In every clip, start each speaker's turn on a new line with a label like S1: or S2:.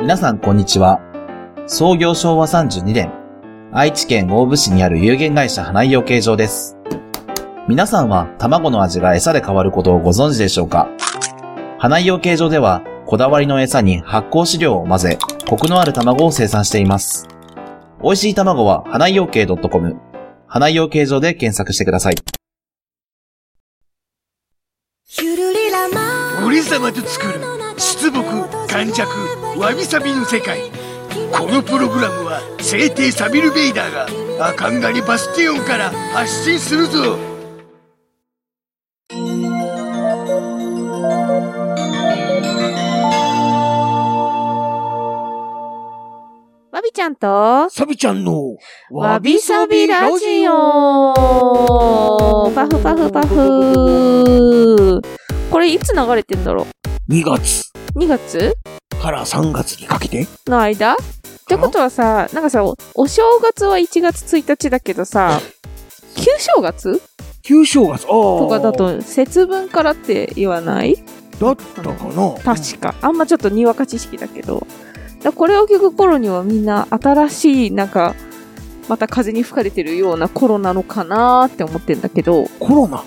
S1: 皆さんこんにちは。創業昭和32年、愛知県大府市にある有限会社花井養鶏場です。皆さんは卵の味が餌で変わることをご存知でしょうか花井養鶏場では、こだわりの餌に発酵飼料を混ぜ、コクのある卵を生産しています。美味しい卵は花井養鶏 .com、花井養鶏場で検索してください。
S2: ゆるりらま
S3: 俺様と作る出木感弱わびさびの世界このプログラムは聖帝サビル・ベイダーがアカンガリバスティオンから発信するぞ
S4: わびちゃんと、
S3: サビちゃんの
S4: わびさびラジオパフパフパフこれいつ流れてんだろ
S3: 2月
S4: う ?2 月
S3: から3月にかけて
S4: の間ってことはさ、なんかさ、おお正月は1月1日だけどさ、旧正月
S3: 旧正月あ
S4: と
S3: と
S4: かだと節分からって言わない
S3: だったかな
S4: 確か。あんまちょっとにわか知識だけど。だこれを聞く頃にはみんな新しい、なんか、また風に吹かれてるような頃なのかなーって思ってんだけど、
S3: コロナ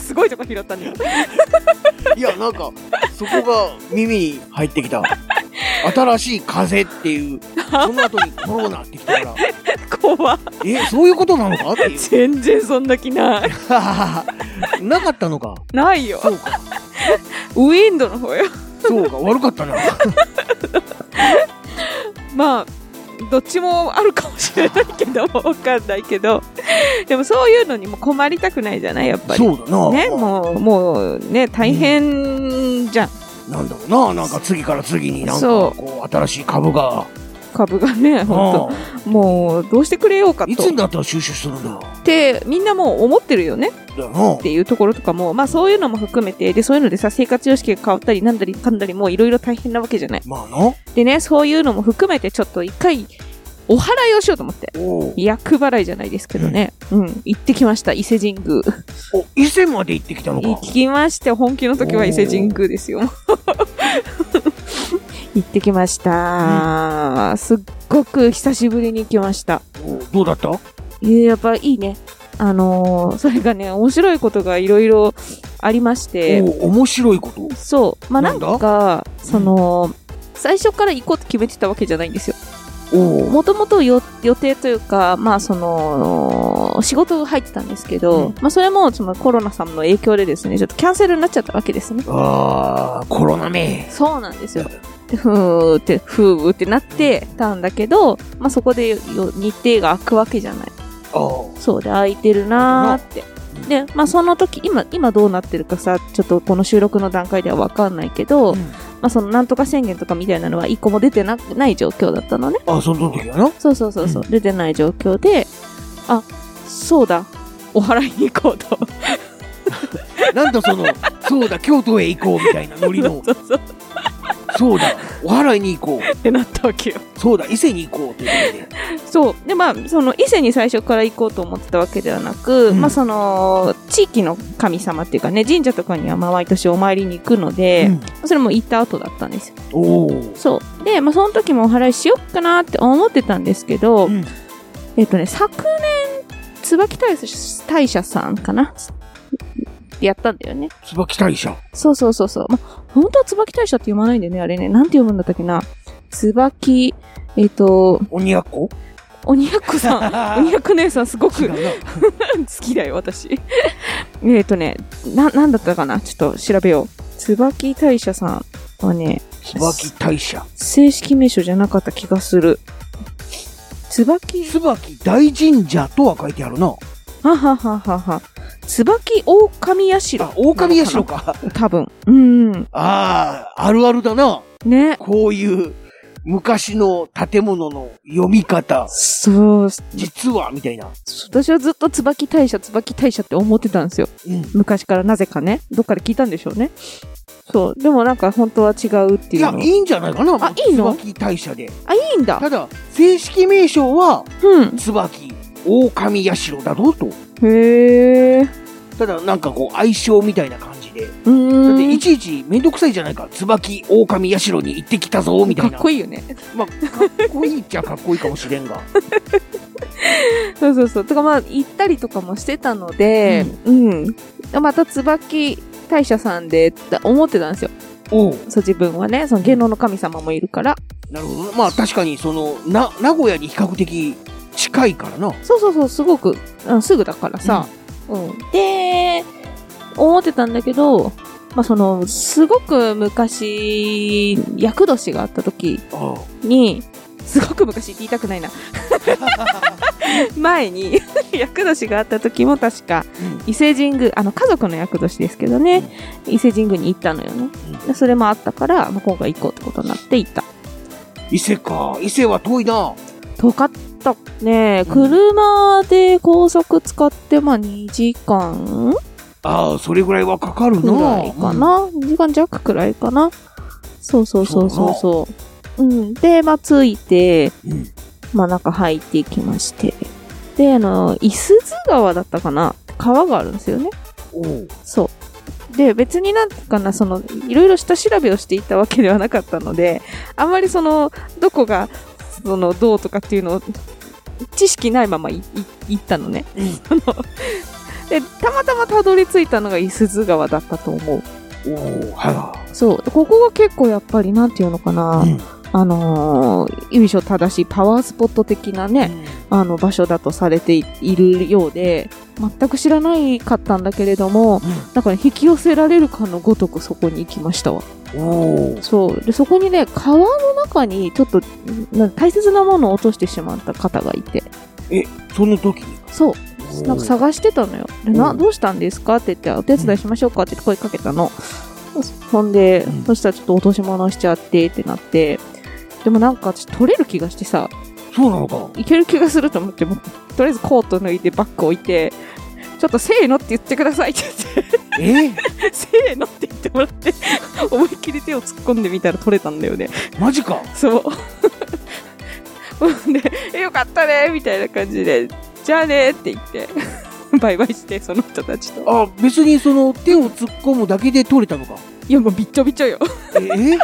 S4: すごいとこ拾ったね。
S3: いやなんかそこが耳に入ってきた 新しい風っていうその後にコロナってきたから
S4: 怖
S3: えそういうことなのかっていう
S4: 全然そんな気ない。
S3: なかったのか。
S4: ないよ。
S3: そうか。
S4: ウィンドの方よ。
S3: そうか。悪かったな。
S4: まあ、どっちもあるかもしれないけども、わかんないけど。でもそういうのにも困りたくないじゃない、やっぱり。
S3: そうだな。
S4: ね、
S3: まあ
S4: もう、もうね、大変じゃん。
S3: なんだろうな。なんか次から次になんか
S4: そう
S3: こう新しい株が。
S4: 株がね、
S3: あ
S4: 本当もう、どうしてくれようか
S3: あ
S4: と。
S3: いつになったら収集するんだ。
S4: って、みんなもう思ってるよね。
S3: だな
S4: っ。ていうところとかも、まあそういうのも含めて、で、そういうのでさ、生活様式が変わったり、なんだりかんだり、もういろいろ大変なわけじゃない。
S3: まあな。
S4: でね、そういうのも含めて、ちょっと一回、お祓いをしようと思って。
S3: おう
S4: 厄払いじゃないですけどね。うん、行ってきました、伊勢神宮。
S3: お伊勢まで行ってきたの
S4: 行
S3: か。
S4: きまして、本気の時は伊勢神宮です よ。行ってきました。すっごく久しぶりに行きました。
S3: おうどうだった？
S4: えーやっぱいいね。あのーそれがね、面白いことがいろいろありまして
S3: お、う面白いこと。
S4: そう。まあ
S3: な
S4: なんん
S3: だ
S4: か、その、最初から行こうと決めてたわけじゃないんですよ。
S3: おう
S4: もともと予予定というか、まあその、仕事が入ってたんですけ
S3: う
S4: ど、
S3: ん
S4: まあそれもそのコロナさんの影響でですね、ちょっとキャンセルになっちゃったわけですね。
S3: ああコロナめ。
S4: そうなんですよ。で、ふーって、ふーってなってたんだけど、まあそこでよ日程が空くわけじゃない。
S3: ああ
S4: そうで空いてるなーって。で、まあその時、今、今どうなってるかさ、ちょっとこの収録の段階ではわかんないけど、
S3: うん
S4: まあそのなんとか宣言とかみたいなのは一個も出てなない状況だったのね。
S3: あその時だな。
S4: そうそうそうそう、出てない状況で、あ、そうだ、お祓いに行こうと。。
S3: なんだそのそうだ京都へ行こうみたいなノリの
S4: そうそう
S3: そうだお祓いに行こう。
S4: ってなったわけよ。
S3: そうだ伊勢に行こうっていうこ
S4: そう。で、まあ、その、伊勢に最初から行こうと思ってたわけではなく、
S3: うん
S4: まあ、その、地域の神様っていうかね、神社とかにはまあ毎年お参りに行くので、
S3: とで。
S4: それも行った後だったんですよ。
S3: うんおお。
S4: そう。で、まあ、その時もお祓いしよっかなって思ってたんですけど、
S3: うん
S4: えっとね、昨年、椿大社大社さんかなやったんだよね。
S3: 椿大社。
S4: そうそうそうそう。まあ、本当は椿大社って読まないんだよね、あれね。なんて読むんだったっけな。椿、えっ、と、
S3: 鬼奴
S4: 鬼 奴さん。鬼奴姉さんすご
S3: 違
S4: く好
S3: うな。
S4: きだよ、私。えっとね、な、なんだったかなちょっと調べよう。椿大社さんはね、
S3: 椿大社。
S4: 正式名称じゃなかった気がする。椿、
S3: 椿大神社とは書いてあるな。
S4: ははははは。椿狼社。
S3: あ、狼社か。
S4: 多分。うん。
S3: ああ、あるあるだな。
S4: ね。
S3: こういう昔の建物の読み方。
S4: そう。
S3: 実は、みたいな。
S4: 私はずっと椿大社、椿大社って思ってたんですよ。
S3: うん。
S4: 昔からなぜかね。どっかで聞いたんでしょうね。そう。でもなんか本当は違うって
S3: い
S4: いう
S3: や、
S4: の。
S3: いいんじゃないかな。
S4: あいいの
S3: 椿大社で。
S4: あ、いいんだ。
S3: ただ、正式名称は、
S4: うん。
S3: 椿狼社だろうと。
S4: へえ。
S3: ただ、なんかこう、相性みたいな感じ。きで。
S4: う
S3: だって
S4: ー
S3: い
S4: ん。
S3: ちいちめんどくさいじゃないか。椿、狼、社に行ってきたぞ、みた
S4: か
S3: い
S4: っ
S3: な。
S4: こいいよね。
S3: まあ、かっこいいっちゃかっこいいかもしれん が。
S4: そうそうそう。とかまあ、行ったりとかもしてたので、うん。また、椿大社さんで、って思ってたんですよ。
S3: おう
S4: そう、自分はね、その芸能の神様もいるから。
S3: なるほど。まあ確かに、その、な、名古屋に比較的近いからな。
S4: そうそうそう、すごく、うんすぐだからさ。うん。で、思ってたんだけど、まあ、その、すごく昔、厄年があった時
S3: あ
S4: に、すごく昔って言いたく ないな。前に、厄年があった時も確か、伊勢神宮、あの、家族の厄年ですけどね、伊勢神宮に行ったのよね。でそれもあったから、まあ、今回行こうってことになって行った。
S3: 伊勢か。伊勢は遠いな。
S4: 遠かったね。車で高速使って、まあ、2時間
S3: ああ、それぐらいはかかる
S4: く
S3: な。
S4: らいかな。2時間弱くらいかな。そうそうそうそうそう。うん。で、まあ、着いて、
S3: うん
S4: まあ、中入っていきまして。で、あの、伊豆津川だったかな川があるんですよね。
S3: うん。おう
S4: そう。で、別になんていうかな、その、いろいろ下調べをしていたわけではなかったので、あんまりその、どこが、その、どうとかっていうのを、知識ないままいい行ったのね。そので、たまたまたどり着いたのが伊豆津川だったと思う。
S3: おうはいは
S4: そう。でここが結構やっぱり、なんていうのかな、
S3: い。うん
S4: あのー、由緒正しいパワースポット的なね、あの場所だとされているようで、全く知らないかったんだけれども、なんかね、引き寄せられるかのごとくそこに行きましたわ。
S3: うん。おう
S4: そう。で、そこにね、川の中にちょっと、な大切なものを落としてしまった方がいて、
S3: その時に。
S4: そう。なんか探してたのよ。で、
S3: う
S4: な、
S3: ん
S4: どうしたんですかって言って、お手伝いしましょうかって声かけたの。ほんで
S3: うん、
S4: そしたらちょっと落とし物しちゃってってなって、でもなんか私取れる気がしてさ、
S3: そうなのか。
S4: いける気がすると思って、もうとりあえずコート脱いでバッグ置いて、ちょっとせーのって言ってくださいって
S3: え
S4: 言って、 せーのって言ってもらって、思いっきり手を突っ込んでみたら取れたんだよね。
S3: マジか。
S4: そう。 ほんで、えよかったねみたいな感じで、じゃあねって言って、バイバイして、その人たちと。
S3: あ、別にその手を突っ込むだけで取れたのか。
S4: いや、もうびっちょびちょよ。
S3: え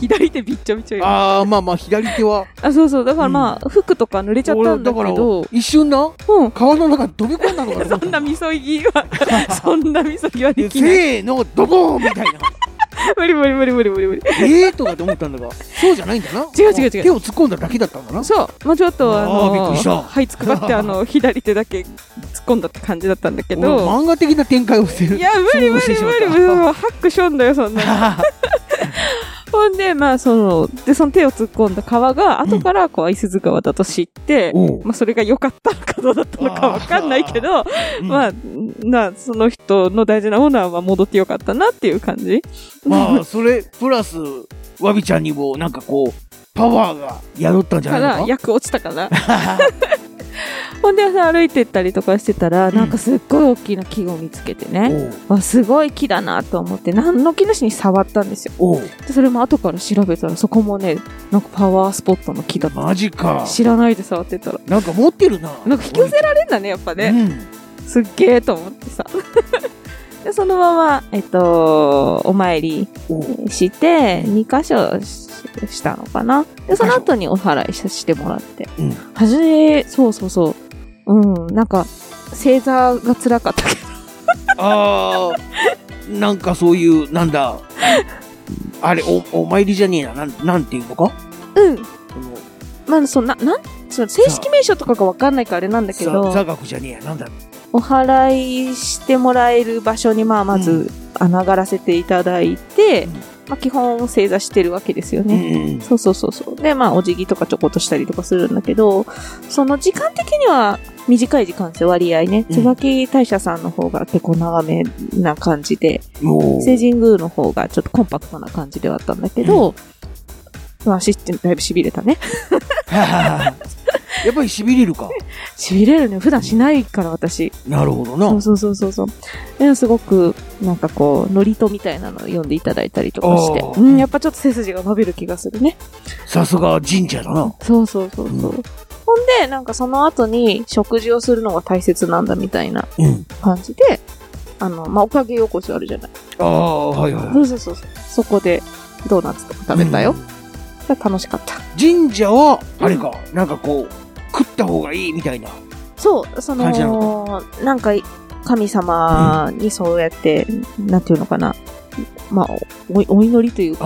S4: 左手びっちょびちょよ。あ
S3: ああ、まあまあ、左手は。
S4: そうそう。だからまあ、服とか濡れちゃったんだけ
S3: 俺
S4: ど、
S3: 一瞬な、
S4: うん。
S3: 川の中に飛び込んだのか
S4: そんなみそぎは、 そんなみそぎはできない。
S3: せーの、ドボーンみたい な。
S4: 無理無理無理無理無理無理。
S3: えーとかって思ったんだが、そうじゃないんだな。
S4: 違う違う違う
S3: 手を突っ込んだだけだったんだな。
S4: そう、まあ、ちょっとあ
S3: あーびっく
S4: の
S3: りした
S4: はいつくばってあの左手だけ突っ込んだって感じだったんだけ
S3: 俺
S4: ど
S3: 漫画的な展開をして る。
S4: いや無理無理無理無理もうハックしょんだよそんなの ほんでまあそのでその手を突っ込んだ川が後からこう伊豆津川だと知って、
S3: おう
S4: まあ、それが良かったのかどうだったのかわかんないけど
S3: うん
S4: まあなその人の大事なものはまあ戻ってよかったなっていう感じ
S3: まあ、それ、プラス、わびちゃんにも、なんかこう、パワーが宿ったんじゃ
S4: か
S3: ない
S4: ら
S3: のか
S4: 役落ちたかな ほんでさ歩いてったりとかしてたらなんかすっごい大きな木を見つけてね、わすごい木だなと思って何の木のしに触ったんですよ
S3: おうおう
S4: でそれも後から調べたらそこもねなんかパワースポットの木だった
S3: マジか。
S4: 知らないで触ってたら
S3: なんか持ってるな。
S4: なんか引き寄せられんだねやっぱね、
S3: うん。
S4: すっげえと思ってさ でそのままえっとお参り
S3: おう
S4: して2箇所ししたのかなでその後にお祓いししてもらって、
S3: うん
S4: はじめそうそうそううんなんか正座が辛かったけど
S3: あー、なんかそういう、なんだ、あれ、お、お参りじゃねえな、なん、なんていうのか
S4: うん
S3: その
S4: まあ、そんな、なん、その正式名称とかがわかんないからあれなんだけ
S3: さ座
S4: ど、
S3: 学じゃねえや、なんだ。
S4: お祓いしてもらえる場所に、まあ、ま
S3: う
S4: ず、穴がらせていただいて、
S3: うん
S4: まあ、基本正座してるわけですよ
S3: う
S4: ね。
S3: ん。
S4: そうそうそうそう。で、まあ、お辞儀とかちょこっとしたりとかするんだけど、その時間的には短い時間ですよ、割合ね。
S3: うん
S4: 椿大社さんの方が結構長めな感じで、
S3: おう
S4: 聖神宮の方がちょっとコンパクトな感じではあったんだけど、まあ、しだいぶ痺れたね。
S3: やっぱりしびれるか。
S4: 痺れるね。普段しないから、私。
S3: なるほど
S4: そ
S3: な
S4: う。そうそうそうそう。ですごく、なんかこう、ノリとみたいなのを読んでいただいたりとかして
S3: あ、ー
S4: うん、やっぱちょっと背筋が伸びる気がするね。
S3: さすが神社だな。
S4: そうそうそうそ
S3: う
S4: う。
S3: ん
S4: ほんで、なんかその後に食事をするのが大切なんだみたいな
S3: うん。
S4: 感じで、あの、まあ、おかげ横丁あるじゃない。
S3: ああ、はいはい。
S4: そうそうそうそう。そこでドーナツとか食べたよ。が楽しかった。
S3: 神社は、あれか、なんかこう、食った方がいいみたいな。
S4: そう、そ
S3: 感じな
S4: の、なんか、神様にそうやって、なんていうのかな。まあ、おお祈りという
S3: あ
S4: か、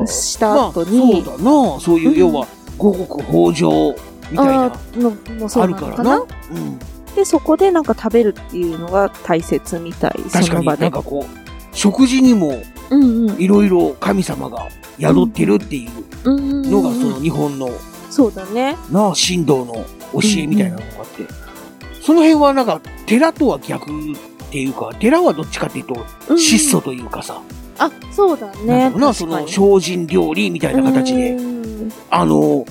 S3: ー
S4: した後
S3: そう
S4: に、
S3: だな、そういう、
S4: うん
S3: 要は、五穀豊穣みたいな
S4: あ、ーのもそう
S3: あ
S4: な
S3: る
S4: の
S3: から
S4: か
S3: な。
S4: な
S3: うん。
S4: で、そこでなんか食べるっていうのが大切みたい、
S3: 確
S4: そ
S3: か
S4: の
S3: に、
S4: 場
S3: なん
S4: で。
S3: かこう、食事にも、
S4: うんうん。
S3: いろいろ神様が宿ってるっていう
S4: うんうんうん
S3: のが、その日本の、
S4: そうだね。
S3: なあ、神道の教えみたいなのがあって、その辺はなんか、寺とは逆っていうか、寺はどっちかっていうと、
S4: うん
S3: 質素というかさ、
S4: あ、そうだ
S3: なん
S4: ね。
S3: だろうな、そ
S4: 確か
S3: の
S4: に
S3: 精進料理みたいな形で、
S4: うん
S3: あの、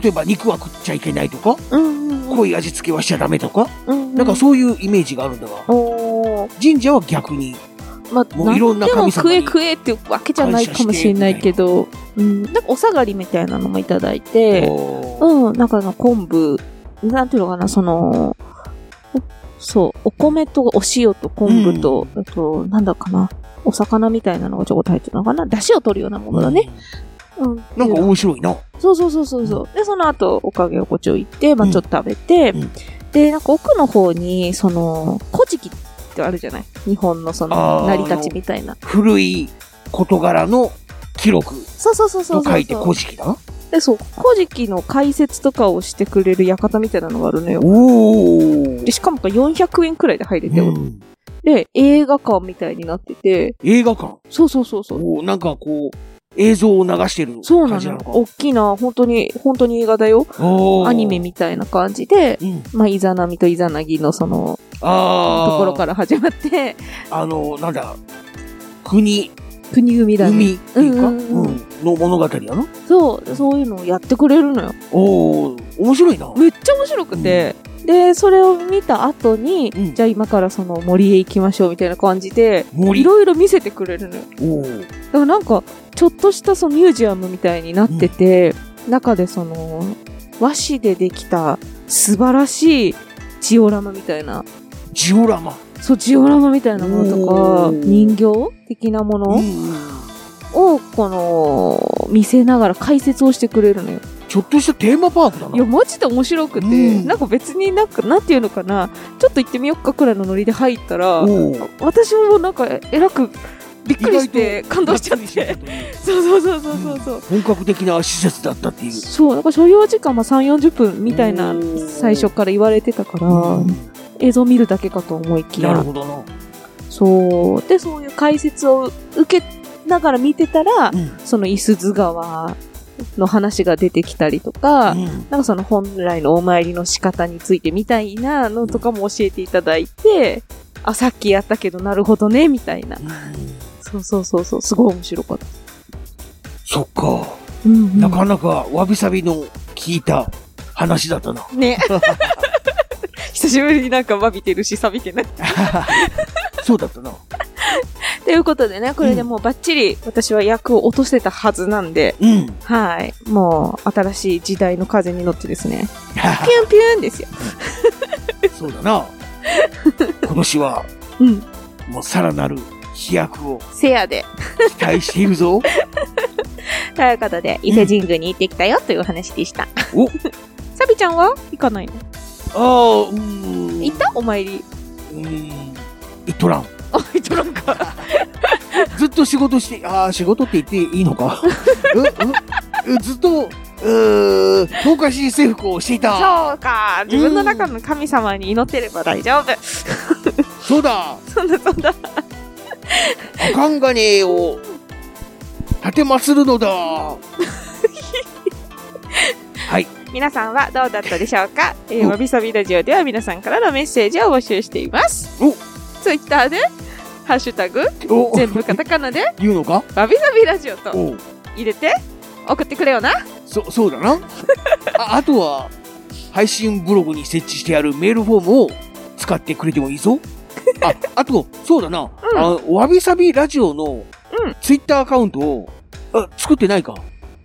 S3: 例えば肉は食っちゃいけないとか、
S4: うんうん。
S3: 濃い味付けはしちゃダメとか、
S4: うん
S3: なんかそういうイメージがあるんだが、
S4: うん。おー
S3: 神社は逆に、
S4: ま
S3: もういろんな
S4: でも
S3: 神
S4: 食
S3: 様
S4: え
S3: に。
S4: 食えってわけじゃないかもしれないけど、うん、なんかお下がりみたいなのもいただいて、
S3: おー
S4: うん、なんかあの昆布、なんていうのかな、その、おそう、お米とお塩と昆布と、あと、なんだかな、お魚みたいなのがちょこっと入ってるのかな、出汁を取るようなものだね。。うん。
S3: なんか面白いな。
S4: そうそうそうそうそう。で、その後、おかげ横丁行って、まあ
S3: うん
S4: ちょっと食べて、
S3: うん
S4: で、なんか奥の方に、その、古事記ってあるじゃない日本のそ
S3: あー
S4: の、成り立ちみたいな。
S3: 古い事柄の記録
S4: そうそうそうそ
S3: と
S4: うそう。
S3: 書いて古事記だな。
S4: で、そう、古事記の解説とかをしてくれる館みたいなのがあるのよ。
S3: おお。
S4: で、しかもこれ400円くらいで入れて、
S3: うん
S4: で、映画館みたいになってて、
S3: 映画館。
S4: そうそうそうそう。
S3: おーなんかこう、映像を流してる
S4: そうな
S3: 感
S4: の
S3: じな
S4: よ
S3: の。か。
S4: 大きいな、本当に、本当に映画だよ。
S3: おー
S4: アニメみたいな感じで、
S3: うん。
S4: まあ、イザナミとイザナギのその、
S3: ああ。
S4: ところから始まって、
S3: あの、なんだ、国、
S4: 国組だね。
S3: 海っていうか、
S4: うんうんうん
S3: うんの物語やな。
S4: そう、そういうのをやってくれるのよ。
S3: おー面白いな。
S4: めっちゃ面白くて。で、それを見た後に、
S3: うん
S4: じゃあ今からその森へ行きましょうみたいな感じで、い
S3: 森。
S4: ろいろ見せてくれるのよ。
S3: おー
S4: だからなんか、ちょっとしたそのミュージアムみたいになってて、中でその、和紙でできた素晴らしいジオラマみたいな、
S3: ジオラマ。
S4: そう、ジオラマみたいなものとか
S3: お、ー
S4: 人形的なもの
S3: うんうん
S4: を、この、見せながら解説をしてくれるのよ。
S3: ちょっとしたテーマパークだ
S4: い
S3: な。
S4: や、マジで面白くて、
S3: うん
S4: なんか別になんか、なんていうのかな、ちょっと行ってみよっかくらいのノリで入ったら、
S3: おー
S4: 私もなんか、えらく、びっくりして、感動しちゃっ
S3: びくり
S4: て。そうそうそうそうそうそう。
S3: 本格的な施設だったっていう。
S4: そう、なんか所要時間は3、40分みたいな
S3: おー、
S4: 最初から言われてたから、
S3: うん
S4: 映像見るだけかと思いき
S3: なる
S4: や、
S3: ほどな。
S4: そう。で、そういう解説を受けながら見てたら、
S3: うん
S4: その伊豆津川の話が出てきたりとか、
S3: うん
S4: なんかその本来のお参りの仕方についてみたいなのとかも教えていただいて、あ、さっきやったけどなるほどね、みたいな。そうそうそうそう、すごい面白かった。
S3: そっか。
S4: うん、
S3: なかなかわびさびの聞いた話だ ったな。
S4: ね。 久しぶりになんかわびてるし、錆びてない。
S3: そうだったな。
S4: ということでね、これでもうバッチリ私は役を落とせたはずなんで、
S3: うん。
S4: はい。もう新しい時代の風に乗ってですね、ピュンピュンですよ。
S3: そうだな。今年は
S4: うん。
S3: もうさらなる飛躍を
S4: せやで。
S3: 期待しているぞ。
S4: ということで、伊勢神宮に行ってきたよというお話でした。
S3: お
S4: サビちゃんは行かないの
S3: ああ、うーん。
S4: 行ったお参り。
S3: うーん。いっとらん。
S4: あ、行っとらんか。
S3: ずっと仕事して、ああ、仕事って言っていいの か。ううずっと、うー、東海市制服をしていた。
S4: そうか。自分の中の神様に祈ってれば大丈夫。
S3: そうだ。
S4: そんなそんな。
S3: アカンガネを、立てまするのだ。はい。
S4: 皆さんはどうだったでしょうか、えー、わびさびラジオでは皆さんからのメッセージを募集しています。
S3: お
S4: ツイッターで、ハッシュタグ、
S3: お
S4: 全部カタカナで、
S3: 言うのか
S4: わびさびラジオと
S3: おう
S4: 入れて、送ってくれよな。
S3: そ、そうだな。あ、あとは、配信ブログに設置してあるメールフォームを使ってくれてもいいぞ。あ、あと、そうだな。あわびさびラジオの
S4: うん
S3: ツイッターアカウントを、あ、作ってないか。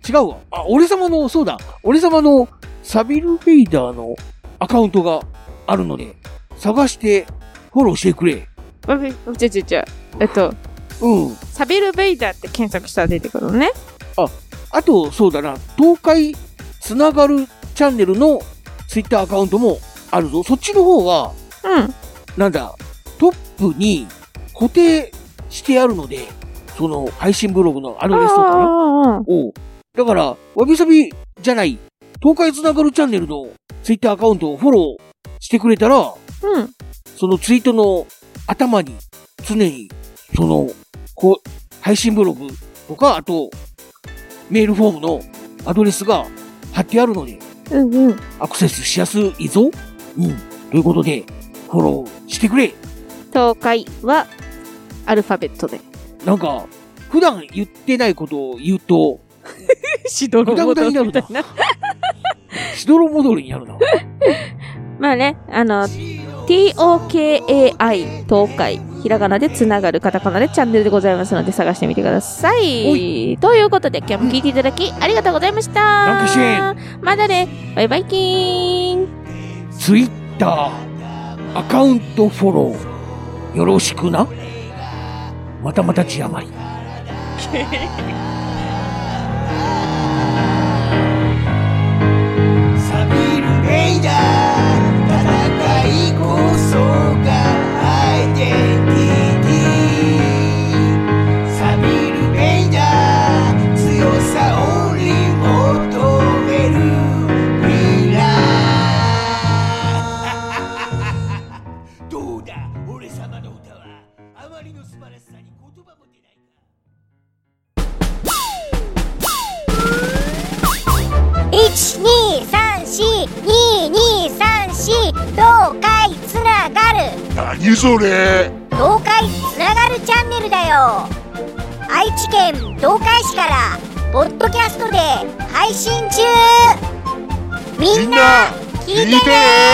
S3: 違うわ。あ、俺様の、そうだ。俺様のサビルベイダーのアカウントがあるので、探してフォローしてくれ。
S4: わび、ちゃちゃちゃ。えっと、
S3: うん。
S4: サビル・ベイダーって検索したら出てくるのね。
S3: あと、そうだな、東海つながるチャンネルのツイッターアカウントもあるぞ。そっちの方は、
S4: うん。
S3: なんだ、トップに固定してあるので、その配信ブログのアドレスとかね
S4: ああ、
S3: おうだから、わびさびじゃない、東海つながるチャンネルのツイッターアカウントをフォローしてくれたら、
S4: うん。うん。
S3: そのツイートの頭に常に、その、こう、配信ブログとか、あと、メールフォームのアドレスが貼ってあるので、
S4: うんうん。
S3: アクセスしやすいぞ。うん。ということで、フォローしてくれ。
S4: 東海は、アルファベットで。
S3: なんか、普段言ってないことを言うと、
S4: しど
S3: ろもどろみたいなしどろもどりになるな。
S4: まあね、あの、TOKAI 東海。ひらがなでつながるカタカナでチャンネルでございますので探してみてくださ
S3: お
S4: い。ということで今日も聞いていただきありがとうございました。
S3: ンクシ
S4: まだね、バイバイキーン。
S3: ツイッター、アカウントフォロー、よろしくな。またまた血余り。
S5: サビル・レイダー戦いこそがアイデンティティサビル・レイダー強さを追い求める未来 どうだ俺様の歌はあまりの素晴らしさに言葉も出ないか
S6: 12342234東海つながる
S2: 何それ
S6: 東海つながるチャンネルだよ愛知県東海市からポッドキャストで配信中みんな聞いてね